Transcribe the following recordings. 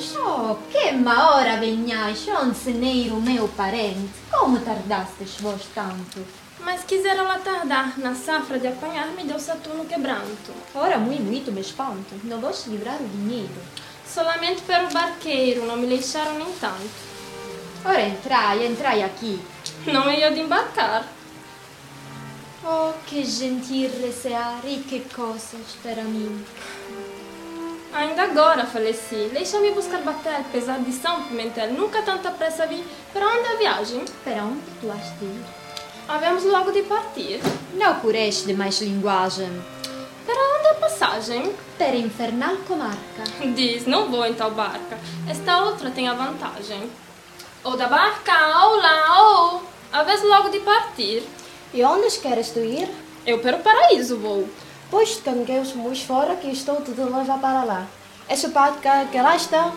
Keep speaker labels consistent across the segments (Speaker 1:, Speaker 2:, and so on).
Speaker 1: Só, que má hora venhais, onceneiro meu parente. Como tardastes vós tanto?
Speaker 2: Mas quisera lá tardar, na safra de apanhar me deu Saturno quebranto.
Speaker 1: Ora, muito, muito me espanto. Não vos livrar o dinheiro.
Speaker 2: Solamente pelo barqueiro, não me deixaram nem tanto.
Speaker 1: Ora, entrai, entrai aqui.
Speaker 2: Não ia de embarcar.
Speaker 1: Oh, que gentil recear e que coisas para mim.
Speaker 2: Ainda agora faleci. Deixa-me buscar bater, apesar de São Pimentel. Nunca tanta pressa vi. Para onde a viagem?
Speaker 1: Para onde tu has de ir?
Speaker 2: Havemos logo de partir.
Speaker 1: Não cureste mais linguagem.
Speaker 2: Para onde a passagem?
Speaker 1: Per infernal comarca.
Speaker 2: Diz, não vou em tal barca. Esta outra tem a vantagem. Ou da barca, ou lá, ou... Havemos logo de partir.
Speaker 3: E onde queres tu ir?
Speaker 2: Eu para o paraíso vou.
Speaker 3: Pois canguei os muis fora que estou te de levar para lá. Essa barca que lá está,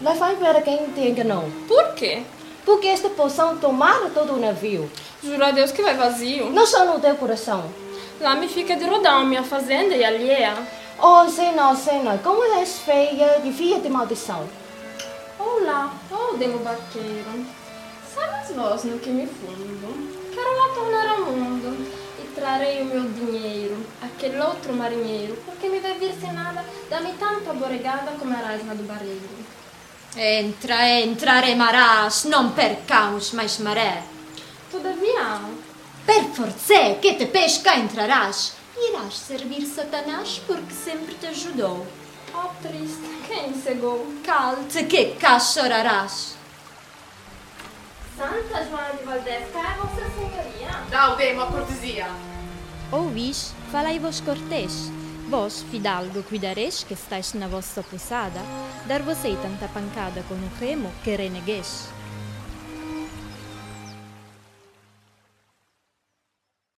Speaker 3: leva para quem te enganou.
Speaker 2: Por quê?
Speaker 3: Porque esta poção tomara todo o navio.
Speaker 2: Juro a Deus que vai vazio.
Speaker 3: Não só no teu coração.
Speaker 2: Lá me fica de rodão minha fazenda e é. alheia.
Speaker 3: Oh, Zena, Zena, como és feia e filha de maldição.
Speaker 2: Olá, oh, demo barqueiro. Sabes vós no que me fundo? Quero lá tornar ao mundo e trarei o meu dinheiro. Aquele outro marinheiro, porque me vai vir sem nada, dá-me tanta boregada como a rasma do barreiro.
Speaker 1: Entra, entra, remarás, não percaus mais maré.
Speaker 2: é Todavia,
Speaker 1: Per forse que te pesca entrarás. Irás servir Satanás porque sempre te ajudou.
Speaker 2: ó triste, quem cegou?
Speaker 1: Calte que cá chorarás.
Speaker 2: Santa Joana de Valdez, cá é Vossa Senhoria.
Speaker 4: Não, bem, uma cortesia.
Speaker 5: Ouvis, falai-vos cortês. Vós, fidalgo, cuidareis que estáis na vossa posada, dar-vos-ei tanta pancada com o remo que renegueis.